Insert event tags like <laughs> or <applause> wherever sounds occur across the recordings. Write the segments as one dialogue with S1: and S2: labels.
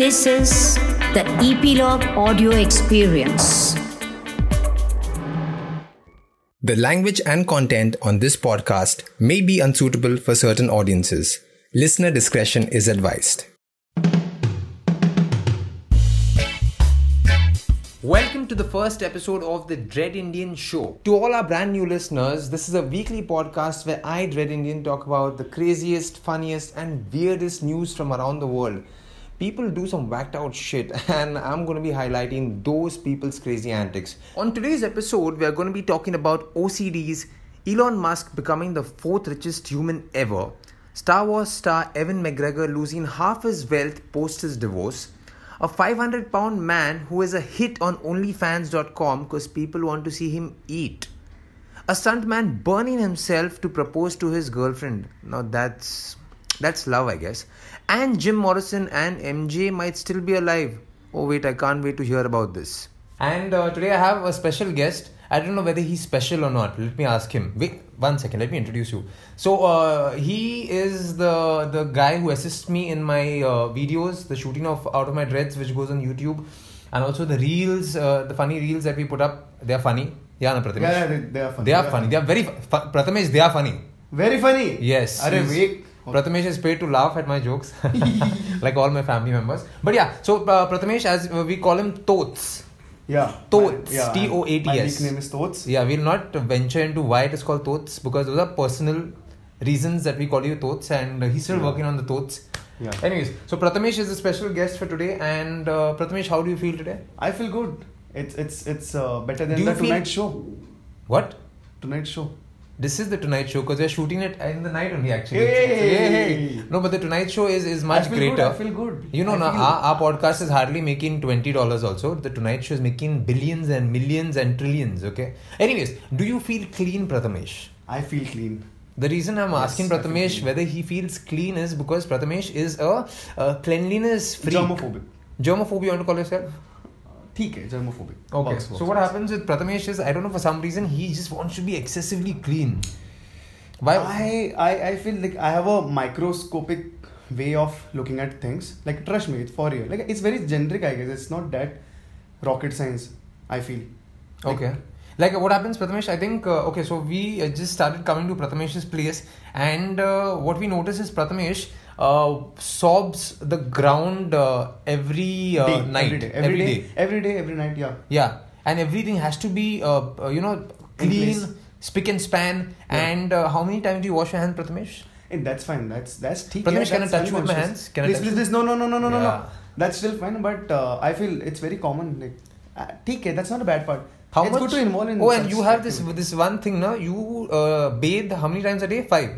S1: This is the Epilogue Audio Experience.
S2: The language and content on this podcast may be unsuitable for certain audiences. Listener discretion is advised. Welcome to the first episode of the Dread Indian Show. To all our brand new listeners, this is a weekly podcast where I, Dread Indian, talk about the craziest, funniest, and weirdest news from around the world. People do some whacked out shit, <laughs> and I'm going to be highlighting those people's crazy antics. On today's episode, we are going to be talking about OCDs, Elon Musk becoming the fourth richest human ever, Star Wars star Evan McGregor losing half his wealth post his divorce. A 500 pound man who is a hit on OnlyFans.com because people want to see him eat. A stuntman burning himself to propose to his girlfriend. Now that's that's love, I guess. And Jim Morrison and MJ might still be alive. Oh wait, I can't wait to hear about this. And uh, today I have a special guest. I don't know whether he's special or not. Let me ask him. Wait one second. Let me introduce you. So uh, he is the the guy who assists me in my uh, videos, the shooting of out of my dreads, which goes on YouTube, and also the reels, uh, the funny reels that we put up. They are funny. Yeah, na, Prathamesh?
S3: Yeah, yeah, they- they are funny.
S2: They are
S3: Yeah.
S2: funny. They are very fu- fu- Prathamesh. They are funny.
S3: Very funny.
S2: Yes.
S3: Are
S2: he's-
S3: wait.
S2: Prathamesh is paid to laugh at my
S3: <laughs>
S2: jokes, <laughs> like all my family members. But yeah, so uh, Prathamesh, as uh, we call him Totes.
S3: Yeah.
S2: Tots,
S3: My- yeah,
S2: T-O-A-T-S.
S3: My nickname is Tots.
S2: Yeah, we'll not venture into why it is called Totes because those are personal reasons that we call you Totes, and he's still working on the Totes.
S3: Yeah.
S2: Anyways, so Prathamesh is the special guest for today, and uh, Prathamesh, how do you feel today?
S3: I feel good. It's it's it's uh, better than
S2: Do
S3: the
S2: you feel-
S3: tonight show.
S2: What?
S3: Tonight show.
S2: This is the Tonight Show because we're shooting it in the night only actually.
S3: Hey!
S2: No, but the Tonight Show is, is much
S3: I feel
S2: greater.
S3: good, I feel good.
S2: You know,
S3: I
S2: now
S3: feel-
S2: our, our podcast is hardly making twenty dollars. Also, the Tonight Show is making billions and millions and trillions. Okay. Anyways, do you feel clean, Prathamesh?
S3: I feel clean.
S2: The reason I'm asking
S3: I feel
S2: Prathamesh whether he feels clean is because Prathamesh is a, uh cleanliness freak.
S3: Germophobic.
S2: Germophobe, you want to call yourself?
S3: ठीक है germophobic.
S2: Okay.
S3: Works,
S2: so
S3: works,
S2: what
S3: works.
S2: happens with Prathamesh is I don't know for some reason he just wants to be excessively clean. Why?
S3: I, I I feel like I have a microscopic way of looking at things. Like trust me, it's for real. Like it's very generic. I guess it's not that rocket science. I feel. Like,
S2: Okay. Like uh, what happens, Prathamesh? I think uh, okay. So we uh, just started coming to Prathamesh's place, and uh, what we notice is Prathamesh uh, sobs the ground uh, every uh,
S3: day,
S2: night,
S3: every day, every, day, every day, every night. Yeah.
S2: Yeah, and everything has to be uh, uh, you know
S3: In
S2: clean,
S3: place.
S2: spick and span.
S3: Yeah.
S2: And uh, how many times do you wash your hand, Prathamesh?
S3: And that's fine. That's that's ठीक
S2: Prathamesh,
S3: yeah,
S2: can I
S3: that's
S2: touch
S3: very
S2: with my
S3: conscious.
S2: hands? Can I
S3: please,
S2: touch?
S3: please, please, no, no, no, no, no, no,
S2: Yeah.
S3: no. That's still fine, but uh, I feel it's very common. Like, uh, ठीक है, that's not a bad part.
S2: How
S3: it's
S2: much?
S3: good to involve in.
S2: oh, and
S3: such
S2: you have this
S3: activity.
S2: this one thing now. You uh, bathe how many times a day? Five.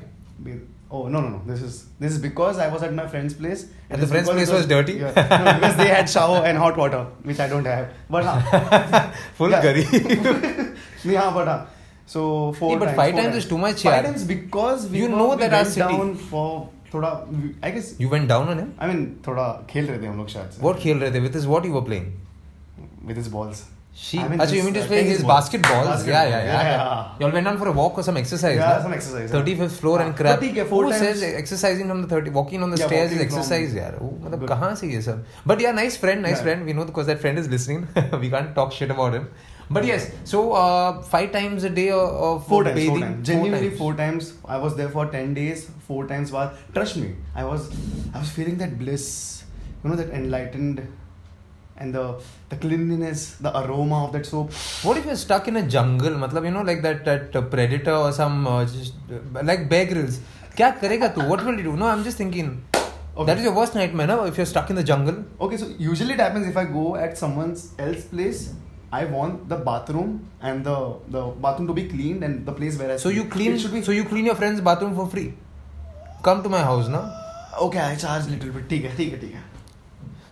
S3: Be- Oh no, no, no. This is this is because I was at my friend's place. It
S2: the
S3: is
S2: friend's
S3: because
S2: place
S3: it
S2: was dirty?
S3: Yeah, no, because they had shower and hot water, which I don't have. But huh,
S2: <laughs> Full
S3: Yeah.
S2: curry.
S3: yeah, but huh. So four.
S2: Yeah, but
S3: times,
S2: five
S3: four
S2: times is too much,
S3: Five
S2: yaar.
S3: times because we
S2: You
S3: were-
S2: know
S3: we
S2: that our
S3: went
S2: city-
S3: down for थोड़ा I guess
S2: <laughs> you went down on him.
S3: I mean थोड़ा खेल रहे थे हम लोग शायद से।
S2: What खेल रहे थे? With his what you were playing?
S3: with his balls.
S2: She,
S3: I mean,
S2: Achha, you
S3: this,
S2: mean to
S3: uh,
S2: play
S3: tennis
S2: his
S3: ball.
S2: basketballs? yeah, yeah, yeah,
S3: yeah.
S2: You all went on for a walk or some exercise.
S3: Yeah,
S2: na?
S3: some exercise, yeah.
S2: 35th floor and
S3: But
S2: crap.
S3: theek hai, four
S2: Who
S3: times-
S2: says exercising from the 30, walking on the
S3: Yeah,
S2: stairs is
S3: walking from-
S2: exercise, yeah. Oh, matlab
S3: Good.
S2: kahan se ye sab? But yeah, nice friend, nice
S3: Yeah.
S2: friend. We know because that friend is listening. <laughs> we can't talk shit about him. But yes, so uh, five times a day of, of
S3: Four times,
S2: bathing.
S3: four times. Genuinely four times. I was there for ten days. Four times was. Trust me, I was, I was feeling that bliss. You know that enlightened, and the the cleanliness, the aroma of that soap.
S2: What if you're stuck in a jungle? मतलब you know like that that uh, predator or some uh, just, uh, like bear grills. क्या करेगा तू? What will you do? No, I'm just thinking.
S3: Okay.
S2: That is your worst nightmare, no? If you're stuck in the jungle.
S3: Okay, so usually it happens if I go at someone's else place. I want the bathroom and the the bathroom to be cleaned and the place where I.
S2: So you
S3: sleep.
S2: clean.
S3: It should be.
S2: So you clean your friend's bathroom for free. Come to my house, no?
S3: okay, I charge little bit. ठीक है, ठीक है, ठीक है.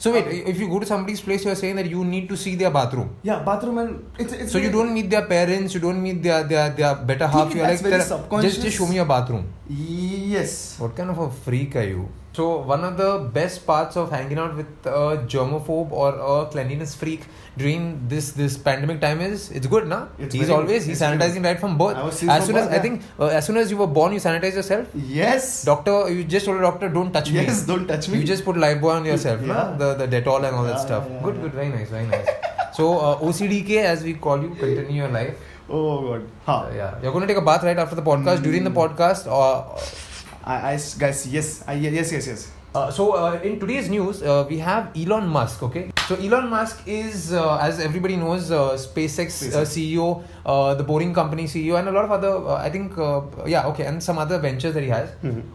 S2: So wait, if you go to somebody's place, you're saying that you need to see their bathroom.
S3: Yeah, bathroom and it's it's.
S2: So you don't meet their parents, you don't meet their their their better half.
S3: Think
S2: You're
S3: that's
S2: like
S3: very
S2: "Tera- just just
S3: subconscious."
S2: show me your bathroom.
S3: Yes.
S2: What kind of a freak are you? So one of the best parts of hanging out with a germaphobe or a cleanliness freak during this this pandemic time is it's good, na?
S3: It's
S2: he's
S3: very good.
S2: always he's
S3: It's very
S2: sanitizing right from birth.
S3: I was
S2: As
S3: since
S2: soon as
S3: from birth,
S2: I
S3: yeah.
S2: think uh, as soon as you were born, you sanitize yourself.
S3: Yes.
S2: Doctor, you just told the doctor, don't touch me.
S3: yes. Don't touch me.
S2: You just put live boy on yourself,
S3: Yeah.
S2: na? the the Dettol and all that
S3: Yeah,
S2: stuff.
S3: yeah, yeah,
S2: good,
S3: yeah.
S2: good, very nice, very nice. so uh, OCDK, as we call you, continue your life.
S3: Oh God. Ha.
S2: Uh, yeah, you're going to take a bath right after the podcast. During
S3: mm.
S2: the podcast, uh,
S3: I, I s- guys. Yes. I, yes. Yes. Yes.
S2: Uh, so uh, in today's news, uh, we have Elon Musk. Okay, so Elon Musk is, uh, as everybody knows, uh, SpaceX, Uh,
S3: SpaceX.
S2: CEO, uh, the Boring Company CEO, and a lot of other. Uh, I think, uh, yeah, okay, and some other ventures that he has.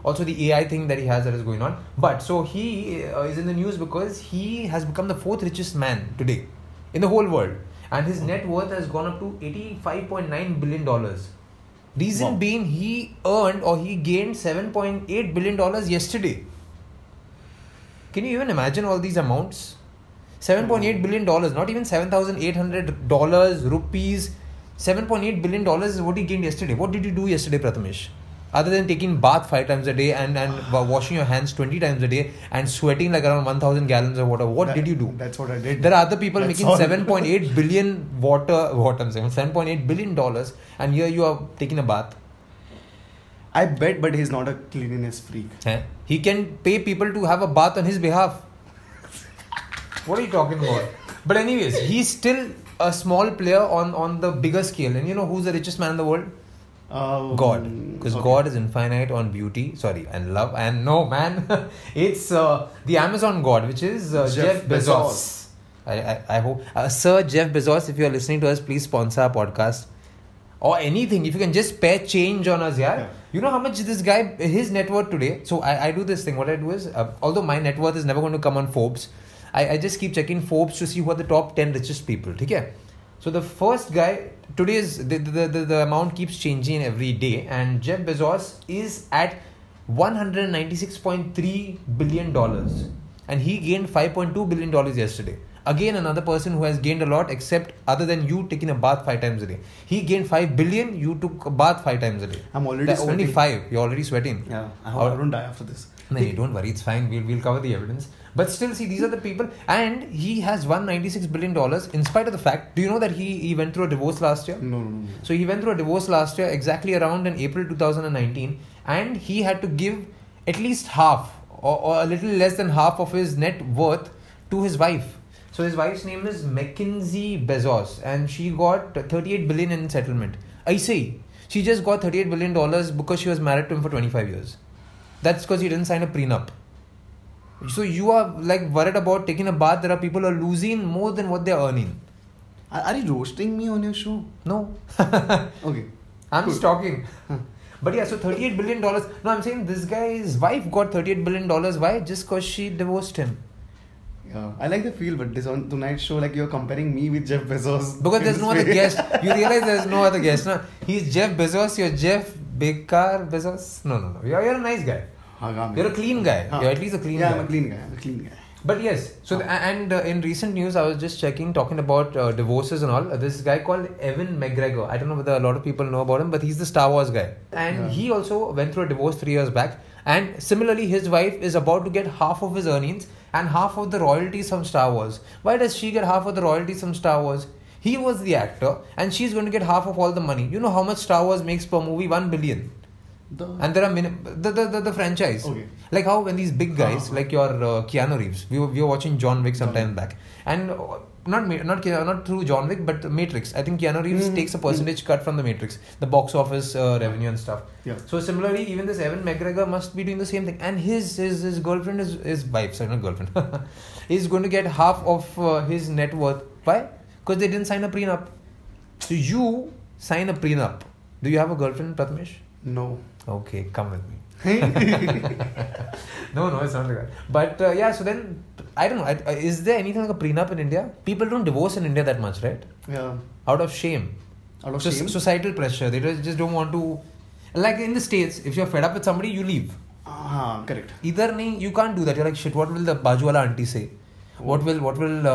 S2: Also the AI thing that he has that is going on. But so he uh, is in the news because he has become the fourth richest man today in the whole world, and his net worth has gone up to eighty-five point nine billion dollars. Reason
S3: Wow.
S2: being, he earned or he gained seven point eight billion dollars yesterday. Can you even imagine all these amounts? Seven point eight billion dollars, not even seven thousand eight hundred dollars rupees. Seven point eight billion dollars is what he gained yesterday. What did you do yesterday, Prathamesh? Other than taking bath five times a day and and wa- washing your hands twenty times a day and sweating like around one thousand gallons of water, what
S3: That-
S2: did you do?
S3: That's what I did.
S2: There are other people
S3: That's
S2: making
S3: all.
S2: 7.8 billion water, what I'm saying, 7.8 billion dollars, and here you are taking a bath.
S3: <laughs> I bet, but he's not a cleanliness freak.
S2: Eh? He can pay people to have a bath on his behalf. What are you talking about? But anyways, he's still a small player on on the bigger scale. And you know who's the richest man in the world?
S3: Um,
S2: God, because
S3: okay.
S2: God is infinite on beauty, sorry, and love, and no man, <laughs> it's uh, the Amazon God, which is uh, Jeff,
S3: Jeff
S2: Bezos.
S3: Bezos.
S2: I, I, I hope, uh, Sir Jeff Bezos, if you are listening to us, please sponsor our podcast or anything. If you can just spare change on us, yeah.
S3: Yeah.
S2: You know how much this guy, his net worth today. So I, I do this thing. What I do is, uh, although my net worth is never going to come on Forbes, I, I just keep checking Forbes to see who are the top ten richest people. Okay. So the first guy today is the the, the the amount keeps changing every day, and Jeff Bezos is at one hundred ninety six point three billion dollars, and he gained five point two billion dollars yesterday. Again, another person who has gained a lot, except other than you taking a bath five times a day. He gained five billion. You took a bath five times a day.
S3: I'm already
S2: That- only
S3: sweating.
S2: five. You're already sweating.
S3: Yeah, I
S2: Or-
S3: hope I don't die after this.
S2: no, you don't worry. It's fine. We'll we'll cover the evidence. But still, see, these are the people, and he has won ninety six billion dollars in spite of the fact. Do you know that he he went through a divorce last year?
S3: No, no, no. no.
S2: So he went through a divorce last year, exactly around in April 2019, and he had to give at least half or, or a little less than half of his net worth to his wife. So his wife's name is Mackenzie Bezos, and she got 38 billion in settlement. I say she just got 38 billion dollars because she was married to him for 25 years. That's because he didn't sign a prenup. So you are like worried about taking a bath. There are people who are losing more than what they're earning.
S3: Are, are you roasting me on your show?
S2: No. <laughs>
S3: Okay.
S2: I'm just talking.
S3: Hmm.
S2: But yeah, so thirty-eight billion dollars. No, I'm saying this guy's wife got thirty-eight billion dollars. Why? Just cause she divorced him.
S3: Yeah. I like the feel, but this on tonight's show, like you're comparing me with Jeff
S2: <laughs>
S3: Bezos.
S2: Because
S3: in
S2: there's
S3: this
S2: no other
S3: way. <laughs>
S2: guest. You realize there's no other guest. No, he's Jeff Bezos. You're Jeff Baker Bezos. No, no, no. You're, you're a nice guy.
S3: Hagame.
S2: You're a clean guy.
S3: Huh.
S2: You're at least a clean
S3: yeah,
S2: guy.
S3: I'm a clean guy. I'm a clean guy.
S2: But yes, so the, and uh, in recent news, I was just checking, talking about uh, divorces and all. Uh, this guy called Evan McGregor. I don't know whether a lot of people know about him, but he's the Star Wars guy, and
S3: Yeah.
S2: he also went through a divorce three years back. And similarly, his wife is about to get half of his earnings and half of the royalties from Star Wars. Why does she get half of the royalties from Star Wars? He was the actor, and she's going to get half of all the money. You know how much Star Wars makes per movie? One billion
S3: The,
S2: and there are minim- the, the, the the franchise
S3: Okay. Ah,
S2: like how when these big guys like your uh, Keanu Reeves we were, we were watching John Wick some time back and uh, not Ma- not Ke- not through John Wick but the Matrix I think Keanu Reeves takes a percentage cut from the Matrix the box office uh, revenue and stuff
S3: Yeah.
S2: so similarly even this Evan McGregor must be doing the same thing and his his, his girlfriend is his wife sorry not girlfriend <laughs> is going to get half of uh, his net worth why because they didn't sign a prenup so you sign a prenup do you have a girlfriend Prathamesh <laughs>
S3: no. <laughs>
S2: Okay, come with me. <laughs> no, no, it's not like that. But uh, yeah, so then I don't know. I, I- is there anything like a prenup in India? People don't divorce in India that much, right?
S3: Yeah.
S2: Out of shame.
S3: Out of
S2: So-
S3: shame.
S2: Societal pressure. They just just don't want to. Like in the states, if you're fed up with somebody, you leave.
S3: Ah, correct.
S2: Either nahi, you can't do that. You're like shit. What will the bajuwala auntie say? What will what will uh,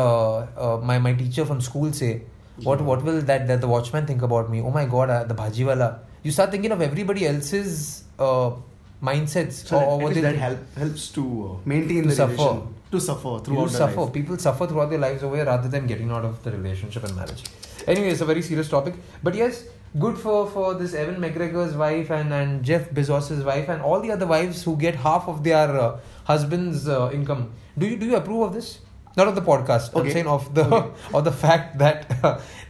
S2: uh, my my teacher from school say? What what will that that the watchman think about me? Oh my god, uh, the bhajiwala. You start thinking of everybody else's uh, mindsets
S3: So
S2: or,
S3: that,
S2: or
S3: at
S2: what
S3: least
S2: they
S3: that
S2: think.
S3: help, helps to uh, maintain
S2: To
S3: the
S2: suffer.
S3: relation. To suffer throughout
S2: You
S3: the
S2: suffer.
S3: life.
S2: People suffer throughout their lives over here rather than getting out of the relationship and marriage. Anyway, it's a very serious topic. But yes, good for, for this Evan McGregor's wife and, and Jeff Bezos' wife and all the other wives who get half of their uh, husband's uh, income. Do you do you approve of this? Not of the podcast. I'm
S3: Okay.
S2: saying of the <laughs> of the fact that <laughs>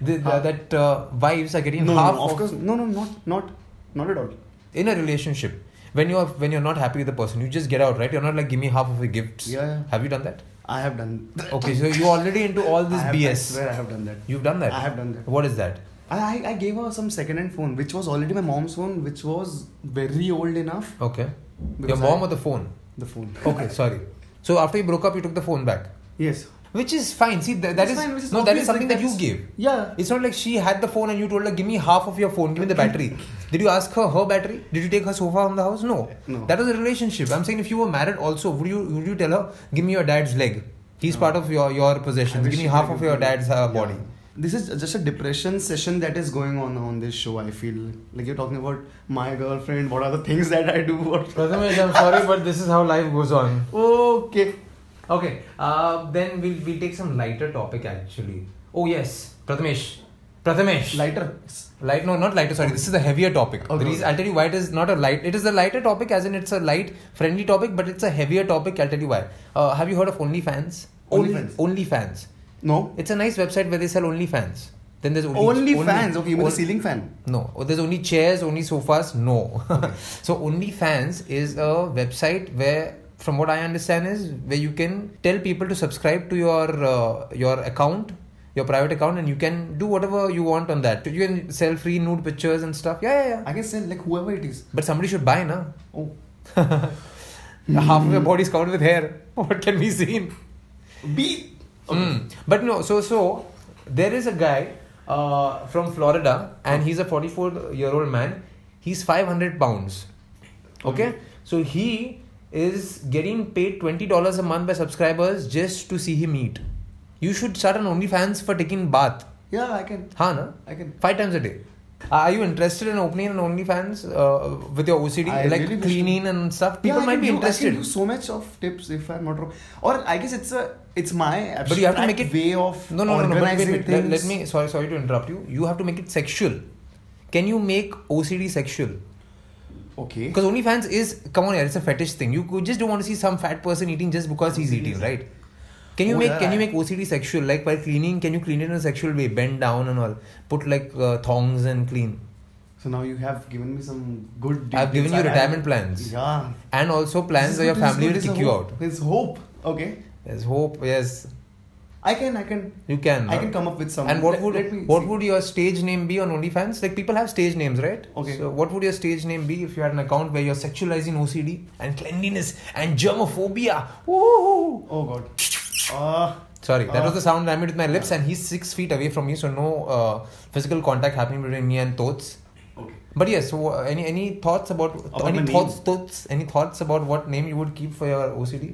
S2: the, the,
S3: Huh?
S2: that uh, wives are getting
S3: No, no,
S2: half
S3: no, of course, no, no, not, not, not at all.
S2: in a relationship. When you're when you're not happy with the person, you just get out, right? You're not like give me half of the gifts.
S3: Yeah, yeah.
S2: Have you done that?
S3: I have done. <laughs>
S2: Okay, so you're already into all this
S3: I have, I
S2: BS.
S3: swear, I have done that.
S2: You've done that.
S3: I have done that.
S2: What is that?
S3: I, I gave her some second-hand phone, which was already my mom's phone, which was very old enough.
S2: Okay. Your
S3: Because
S2: mom
S3: I-
S2: or the phone?
S3: The phone.
S2: Okay,
S3: <laughs>
S2: sorry. So after you broke up, you took the phone back,
S3: Yes.
S2: which is fine. See, th- that
S3: It's
S2: is-
S3: fine, which is
S2: no, that is
S3: obvious,
S2: something
S3: like,
S2: that you
S3: that's-
S2: gave.
S3: Yeah.
S2: It's not like she had the phone and you told her, "Give me half of your phone. Give me the
S3: <laughs>
S2: battery." Did you ask her her battery? Did you take her sofa from the house? No.
S3: No.
S2: That was a relationship. I'm saying if you were married, also would you would you tell her, "Give me your dad's leg. He's part of your your possession. Give me half of your dad's uh, body."
S3: This is just a depression session that is going on on this show. I feel like you're talking about my girlfriend. What are the things that I do? What?
S2: Prathamesh, I'm sorry, but this is how life goes on.
S3: Okay.
S2: Okay, uh, then we'll we'll take some lighter topic actually. Oh yes, Prathamesh, Prathamesh.
S3: Lighter.
S2: Light, no, not lighter. Sorry, this is a heavier topic. The
S3: Okay.
S2: reason, I'll tell you why it is not a light. It is a lighter topic, as in it's a light, friendly topic, but it's a heavier topic. I'll tell you why. Uh, have you heard of OnlyFans?
S3: OnlyFans.
S2: Only, OnlyFans.
S3: No.
S2: It's a nice website where they sell OnlyFans. Then there's only,
S3: Only, fans. Okay, you mean the
S2: on-
S3: ceiling fan?
S2: no, oh, there's only chairs, only sofas. No, <laughs> so OnlyFans is a website where, from what I understand, is where you can tell people to subscribe to your uh, your account, your private account, and you can do whatever you want on that. You can sell free nude pictures and stuff. Yeah, yeah, yeah.
S3: I can say like whoever it is.
S2: But somebody should buy, na.
S3: Oh,
S2: <laughs> Half of your body is covered with hair. <laughs> What can be seen?
S3: B.
S2: Mm. But no, so so there is a guy uh, from Florida, and he's a 44 year old man. He's 500 pounds. Okay, so he is getting paid 20 dollars a month by subscribers just to see him eat. You should start an OnlyFans for taking bath.
S3: Yeah, I can.
S2: Ha na?
S3: I can.
S2: Five times a day. Uh, Are you interested in opening an OnlyFans uh, with your OCD,
S3: I
S2: like
S3: really wish to-
S2: cleaning and stuff? People
S3: Yeah, I
S2: might
S3: can
S2: be
S3: do- I
S2: interested.
S3: can do so much of tips if I'm not wrong. Or I guess it's a it's my
S2: But you have to
S3: abstract
S2: make it
S3: way of
S2: no no no, no but wait, wait,
S3: organizing
S2: wait. Let,
S3: things.
S2: let me sorry sorry to interrupt you. You have to make it sexual. Can you make OCD sexual?
S3: Okay.
S2: Because OnlyFans is come on, yeah, it's a fetish thing. You could- just don't want to see some fat person eating just because he's eating, right? Can you
S3: Oh,
S2: make
S3: yeah,
S2: can you
S3: I-
S2: make OCD sexual? Like while cleaning, can you clean it in a sexual way? Bend down and all, put like uh, thongs and clean,
S3: So now you have given me some good.
S2: I've
S3: details.
S2: given you
S3: I- I-
S2: retirement plans.
S3: Yeah.
S2: and also plans
S3: This
S2: that
S3: is
S2: your
S3: good, this is
S2: family
S3: good,
S2: will
S3: this is
S2: kick you
S3: hope.
S2: out.
S3: There's hope. Okay.
S2: There's hope. Yes,
S3: I can. I can.
S2: you can.
S3: I
S2: huh?
S3: can come up with some.
S2: And what
S3: let-
S2: would
S3: let me
S2: what
S3: see.
S2: would your stage name be on OnlyFans? Like people have stage names, right?
S3: Okay.
S2: So what would your stage name be if you had an account where you're sexualizing OCD and cleanliness and germophobia? Woo!
S3: Oh
S2: <laughs>
S3: God. Ah.
S2: Sorry, that
S3: Ah.
S2: was the sound I made with my lips, and he's six feet away from me, so no uh, physical contact happening between me and Tots.
S3: okay.
S2: But yes, so uh, any any thoughts about,
S3: About
S2: any
S3: my name?
S2: thoughts thoughts any thoughts about what name you would keep for your OCD?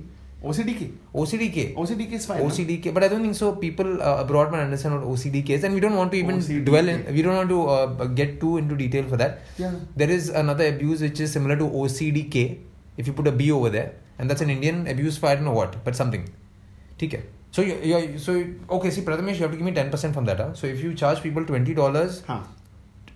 S3: OCDK.
S2: OCDK.
S3: OCDK is fine. no?
S2: OCDK, but I don't think so. People uh, abroad might understand what OCDK is, and we don't want to even
S3: OCDK.
S2: dwell in. We don't want to uh, get too into detail for that.
S3: Yeah.
S2: There is another abuse which is similar to OCDK. If you put a B over there, and that's an Indian abuse for I don't know what, but something. Okay. So you you so you- okay. See, Prathamesh, you have to give me ten percent from that. Huh? So if you charge people twenty dollars,
S3: Huh.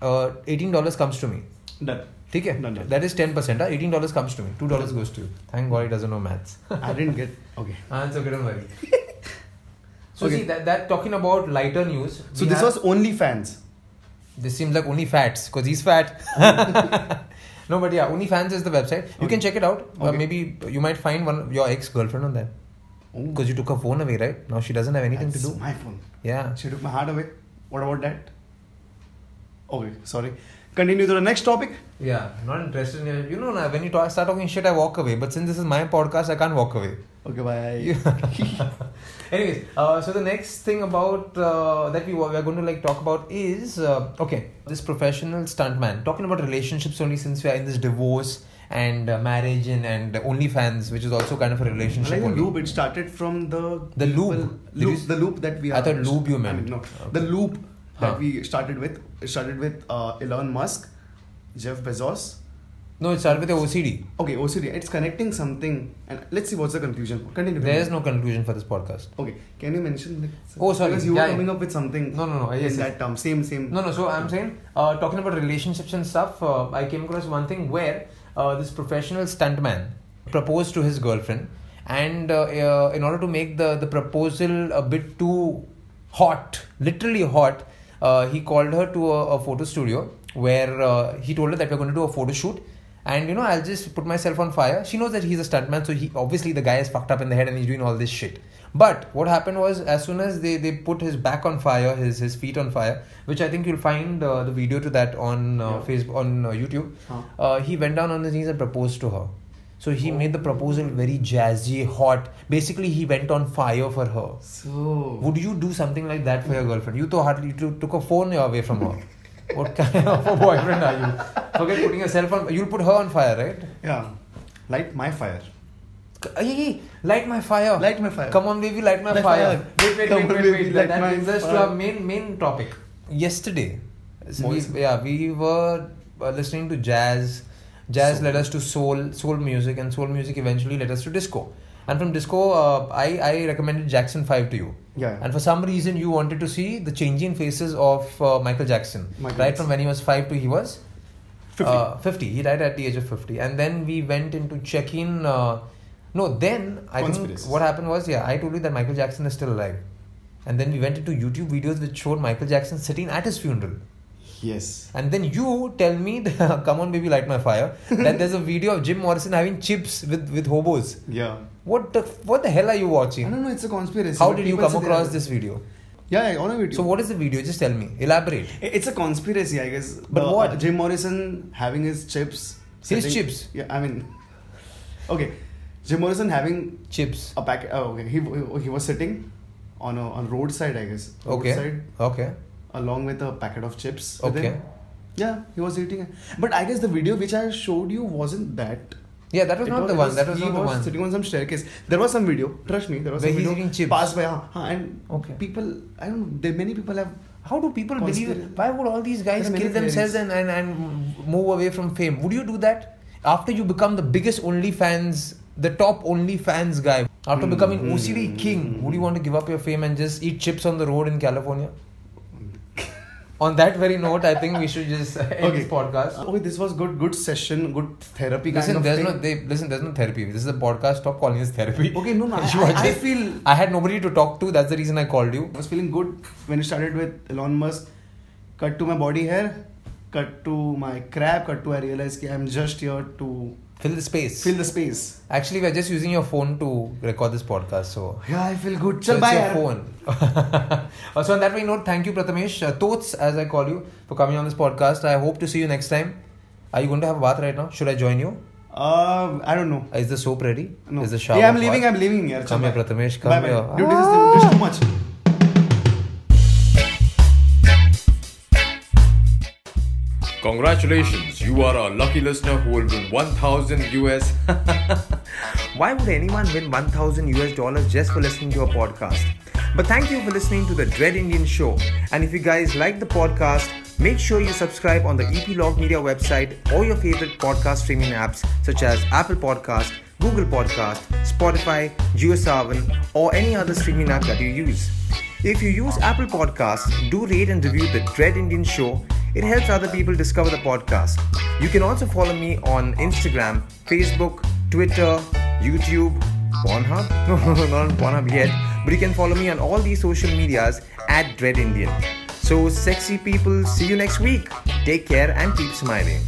S2: uh, eighteen dollars comes to me. <laughs>
S3: Done.
S2: ठीक है
S3: Done, done.
S2: That is ten percent eighteen dollars comes to me two dollars goes to thank God it doesn't know maths
S3: I didn't get. Okay.
S2: Ah, it's okay, don't worry. <laughs> so
S3: Okay.
S2: see that, that talking about lighter news.
S3: <laughs> So
S2: we
S3: this
S2: have-
S3: was only fans.
S2: this seems like only fats because he's <laughs> fat. no, but yeah, OnlyFans is the website. You can
S3: Okay.
S2: check it out. Uh,
S3: Okay.
S2: maybe you might find one your ex girlfriend on there because you took her phone away, right? Now she doesn't have anything
S3: That's
S2: to do.
S3: My phone.
S2: Yeah.
S3: She took my heart away. What about that? Okay, sorry. Continue to the next topic.
S2: Yeah, not interested in it. You know, na, when you talk, start talking shit, I walk away. But since this is my podcast, I can't walk away.
S3: Okay, <laughs> bye.
S2: <laughs> Anyways, uh, so the next thing about uh, that we were, we are going to like talk about is uh, okay this professional stuntman talking about relationships only since we are in this divorce and uh, marriage and and OnlyFans which is also kind of a
S3: I
S2: relationship
S3: like the
S2: only.
S3: loop. It started from the
S2: The
S3: people-
S2: loop. Did
S3: loop
S2: you-
S3: the loop that we
S2: I
S3: are.
S2: thought lube you meant.
S3: I mean, no.
S2: Okay.
S3: The loop
S2: Huh.
S3: that we started with it started with uh, Elon Musk, Jeff Bezos,
S2: No, it started with the OCD.
S3: Okay, OCD. It's connecting something, and let's see what's the conclusion. Continue.
S2: There is no conclusion for this podcast.
S3: Okay, can you mention? Like,
S2: Oh, sorry.
S3: Because you
S2: Yeah,
S3: were
S2: yeah.
S3: coming up with something.
S2: No, no, no. Yes,
S3: in
S2: yes.
S3: that term, same, same.
S2: No, no. So I'm saying, uh, talking about relationships and stuff, uh, I came across one thing where uh, this professional stuntman proposed to his girlfriend, and uh, uh, in order to make the the proposal a bit too hot, literally hot, uh, he called her to a, a photo studio where uh, he told her that we're going to do a photo shoot. And you know, I'll just put myself on fire. She knows that he's a stuntman, so he obviously the guy is fucked up in the head and he's doing all this shit. But what happened was, as soon as they, they put his back on fire, his his feet on fire, which I think you'll find uh, the video to that on uh,
S3: Yeah.
S2: Facebook on uh, YouTube.
S3: Huh. Oh.
S2: Uh, he went down on his knees and proposed to her. So he made the proposal very jazzy, hot. Basically, he went on fire for her.
S3: So.
S2: Would you do something like that for your girlfriend? You to hardly you took a phone away from her. what kind of a boyfriend are you? Forget putting yourself on. You'll put her on fire, right?
S3: Yeah. Light my fire.
S2: Hey, hey, ah, light my fire.
S3: Light my fire.
S2: Come on, baby, light my
S3: Light
S2: fire.
S3: fire.
S2: Wait, wait,
S3: Come
S2: wait,
S3: on,
S2: wait,
S3: baby,
S2: wait.
S3: light
S2: that
S3: my
S2: brings us to
S3: fire.
S2: our main main topic. Yesterday, so we,
S3: Moist.
S2: yeah, we were uh, listening to jazz. Jazz
S3: Soul.
S2: led us to soul, soul music, and soul music eventually led us to disco. And from disco, uh, I I recommended Jackson Five to you.
S3: Yeah.
S2: And for some reason, you wanted to see the changing faces of uh, Michael Jackson,
S3: Michael
S2: right
S3: Jackson.
S2: from when he was five to he was
S3: 50.
S2: uh, 50. He died at the age of 50. And then we went into check in. Uh, no, then I think
S3: Conspiracies.
S2: what happened was, yeah, I told you that Michael Jackson is still alive. And then we went into YouTube videos which showed Michael Jackson sitting at his funeral.
S3: Yes.
S2: And then you tell me, <laughs> that, come on, baby, light my
S3: <laughs>
S2: fire, that there's a video of Jim Morrison having chips with, with hobos.
S3: Yeah.
S2: What the, what the hell are you
S3: I
S2: watching?
S3: don't know. It's a conspiracy.
S2: How
S3: but
S2: did you
S3: people
S2: come
S3: say they are-
S2: across this video?
S3: Yeah, yeah, on a video.
S2: So, what is the video? Just tell me. Elaborate.
S3: I- It's a conspiracy, I guess.
S2: But
S3: The-
S2: what?
S3: uh, Jim Morrison having his chips.
S2: His chips?
S3: Yeah, I mean. Okay, Jim Morrison having
S2: Chips.
S3: a packet. Oh, okay, he he was sitting on a on roadside, I guess.
S2: Okay.
S3: Roadside,
S2: Okay.
S3: along with a packet of chips. with
S2: Okay.
S3: him. Yeah, he was eating. it. But I guess the video which I showed you wasn't that.
S2: Yeah, that was
S3: It
S2: not the
S3: it
S2: one. That was
S3: he
S2: not the
S3: was
S2: one.
S3: sitting on some staircase. There was some video. Trust me, there was
S2: Where
S3: some
S2: he's
S3: video
S2: eating chips.
S3: passed by. huh, huh, and
S2: Okay.
S3: people, I don't. know, There many people have
S2: How do people believe?
S3: Conspiracy.
S2: Why would all these guys
S3: There are many
S2: kill themselves and,
S3: theories.
S2: and, and move away from fame? Would you do that after you become the biggest OnlyFans, the top OnlyFans guy? After
S3: Hmm.
S2: becoming OCD king, would you want to give up your fame and just eat chips on the road in California?
S3: <laughs>
S2: on that very note, I think we should just end this podcast.
S3: Okay, this was good, good session, good therapy kind
S2: Listen,
S3: of
S2: there's
S3: thing.
S2: no they, listen, there's no therapy. This is a podcast. Stop calling us therapy.
S3: Okay, no, no,
S2: <laughs>
S3: I-
S2: You are
S3: I- I
S2: just-
S3: feel-
S2: I had nobody to talk to. That's the reason I called you.
S3: I was feeling good when it started with Elon Musk. Cut to my body hair, cut to my crab, cut to I realized that I'm just here to
S2: Fill the space.
S3: fill the space.
S2: Actually, we're just using your phone to record this podcast, so.
S3: Yeah, I feel good.
S2: so
S3: Chal
S2: it's
S3: bye.
S2: your
S3: yaar.
S2: phone. <laughs> Uh, so on that very note, thank you, Prathamesh, uh, Tots, as I call you, for coming on this podcast. I hope to see you next time. Are you going to have a bath right now? Should I join you?
S3: Uh, I don't know.
S2: Uh, Is the soap ready?
S3: No.
S2: Is the shower?
S3: yeah, I'm
S2: hot?
S3: leaving. I'm leaving. Yaar.
S2: Come
S3: Chal
S2: here,
S3: bye.
S2: Prathamesh. Come
S3: Bye bye.
S2: here.
S3: Dude, this is, this is too much.
S4: Congratulations, you are a lucky listener who will win 1000 US.
S2: Why would anyone win 1000 US dollars just for listening to a podcast? But thank you for listening to the Dread Indian Show. And if you guys like the podcast, make sure you subscribe on the Epilogue Media website or your favorite podcast streaming apps such as Apple Podcast, Google Podcast, Spotify, JioSaavn, or any other streaming app that you use. If you use Apple Podcasts, do rate and review the Dread Indian Show. It helps other people discover the podcast. You can also follow me on Instagram, Facebook, Twitter, YouTube, Pornhub. <laughs> No, not on Pornhub yet. But you can follow me on all these social medias at Dread Indian. So, sexy people, see you next week. Take care and keep smiling.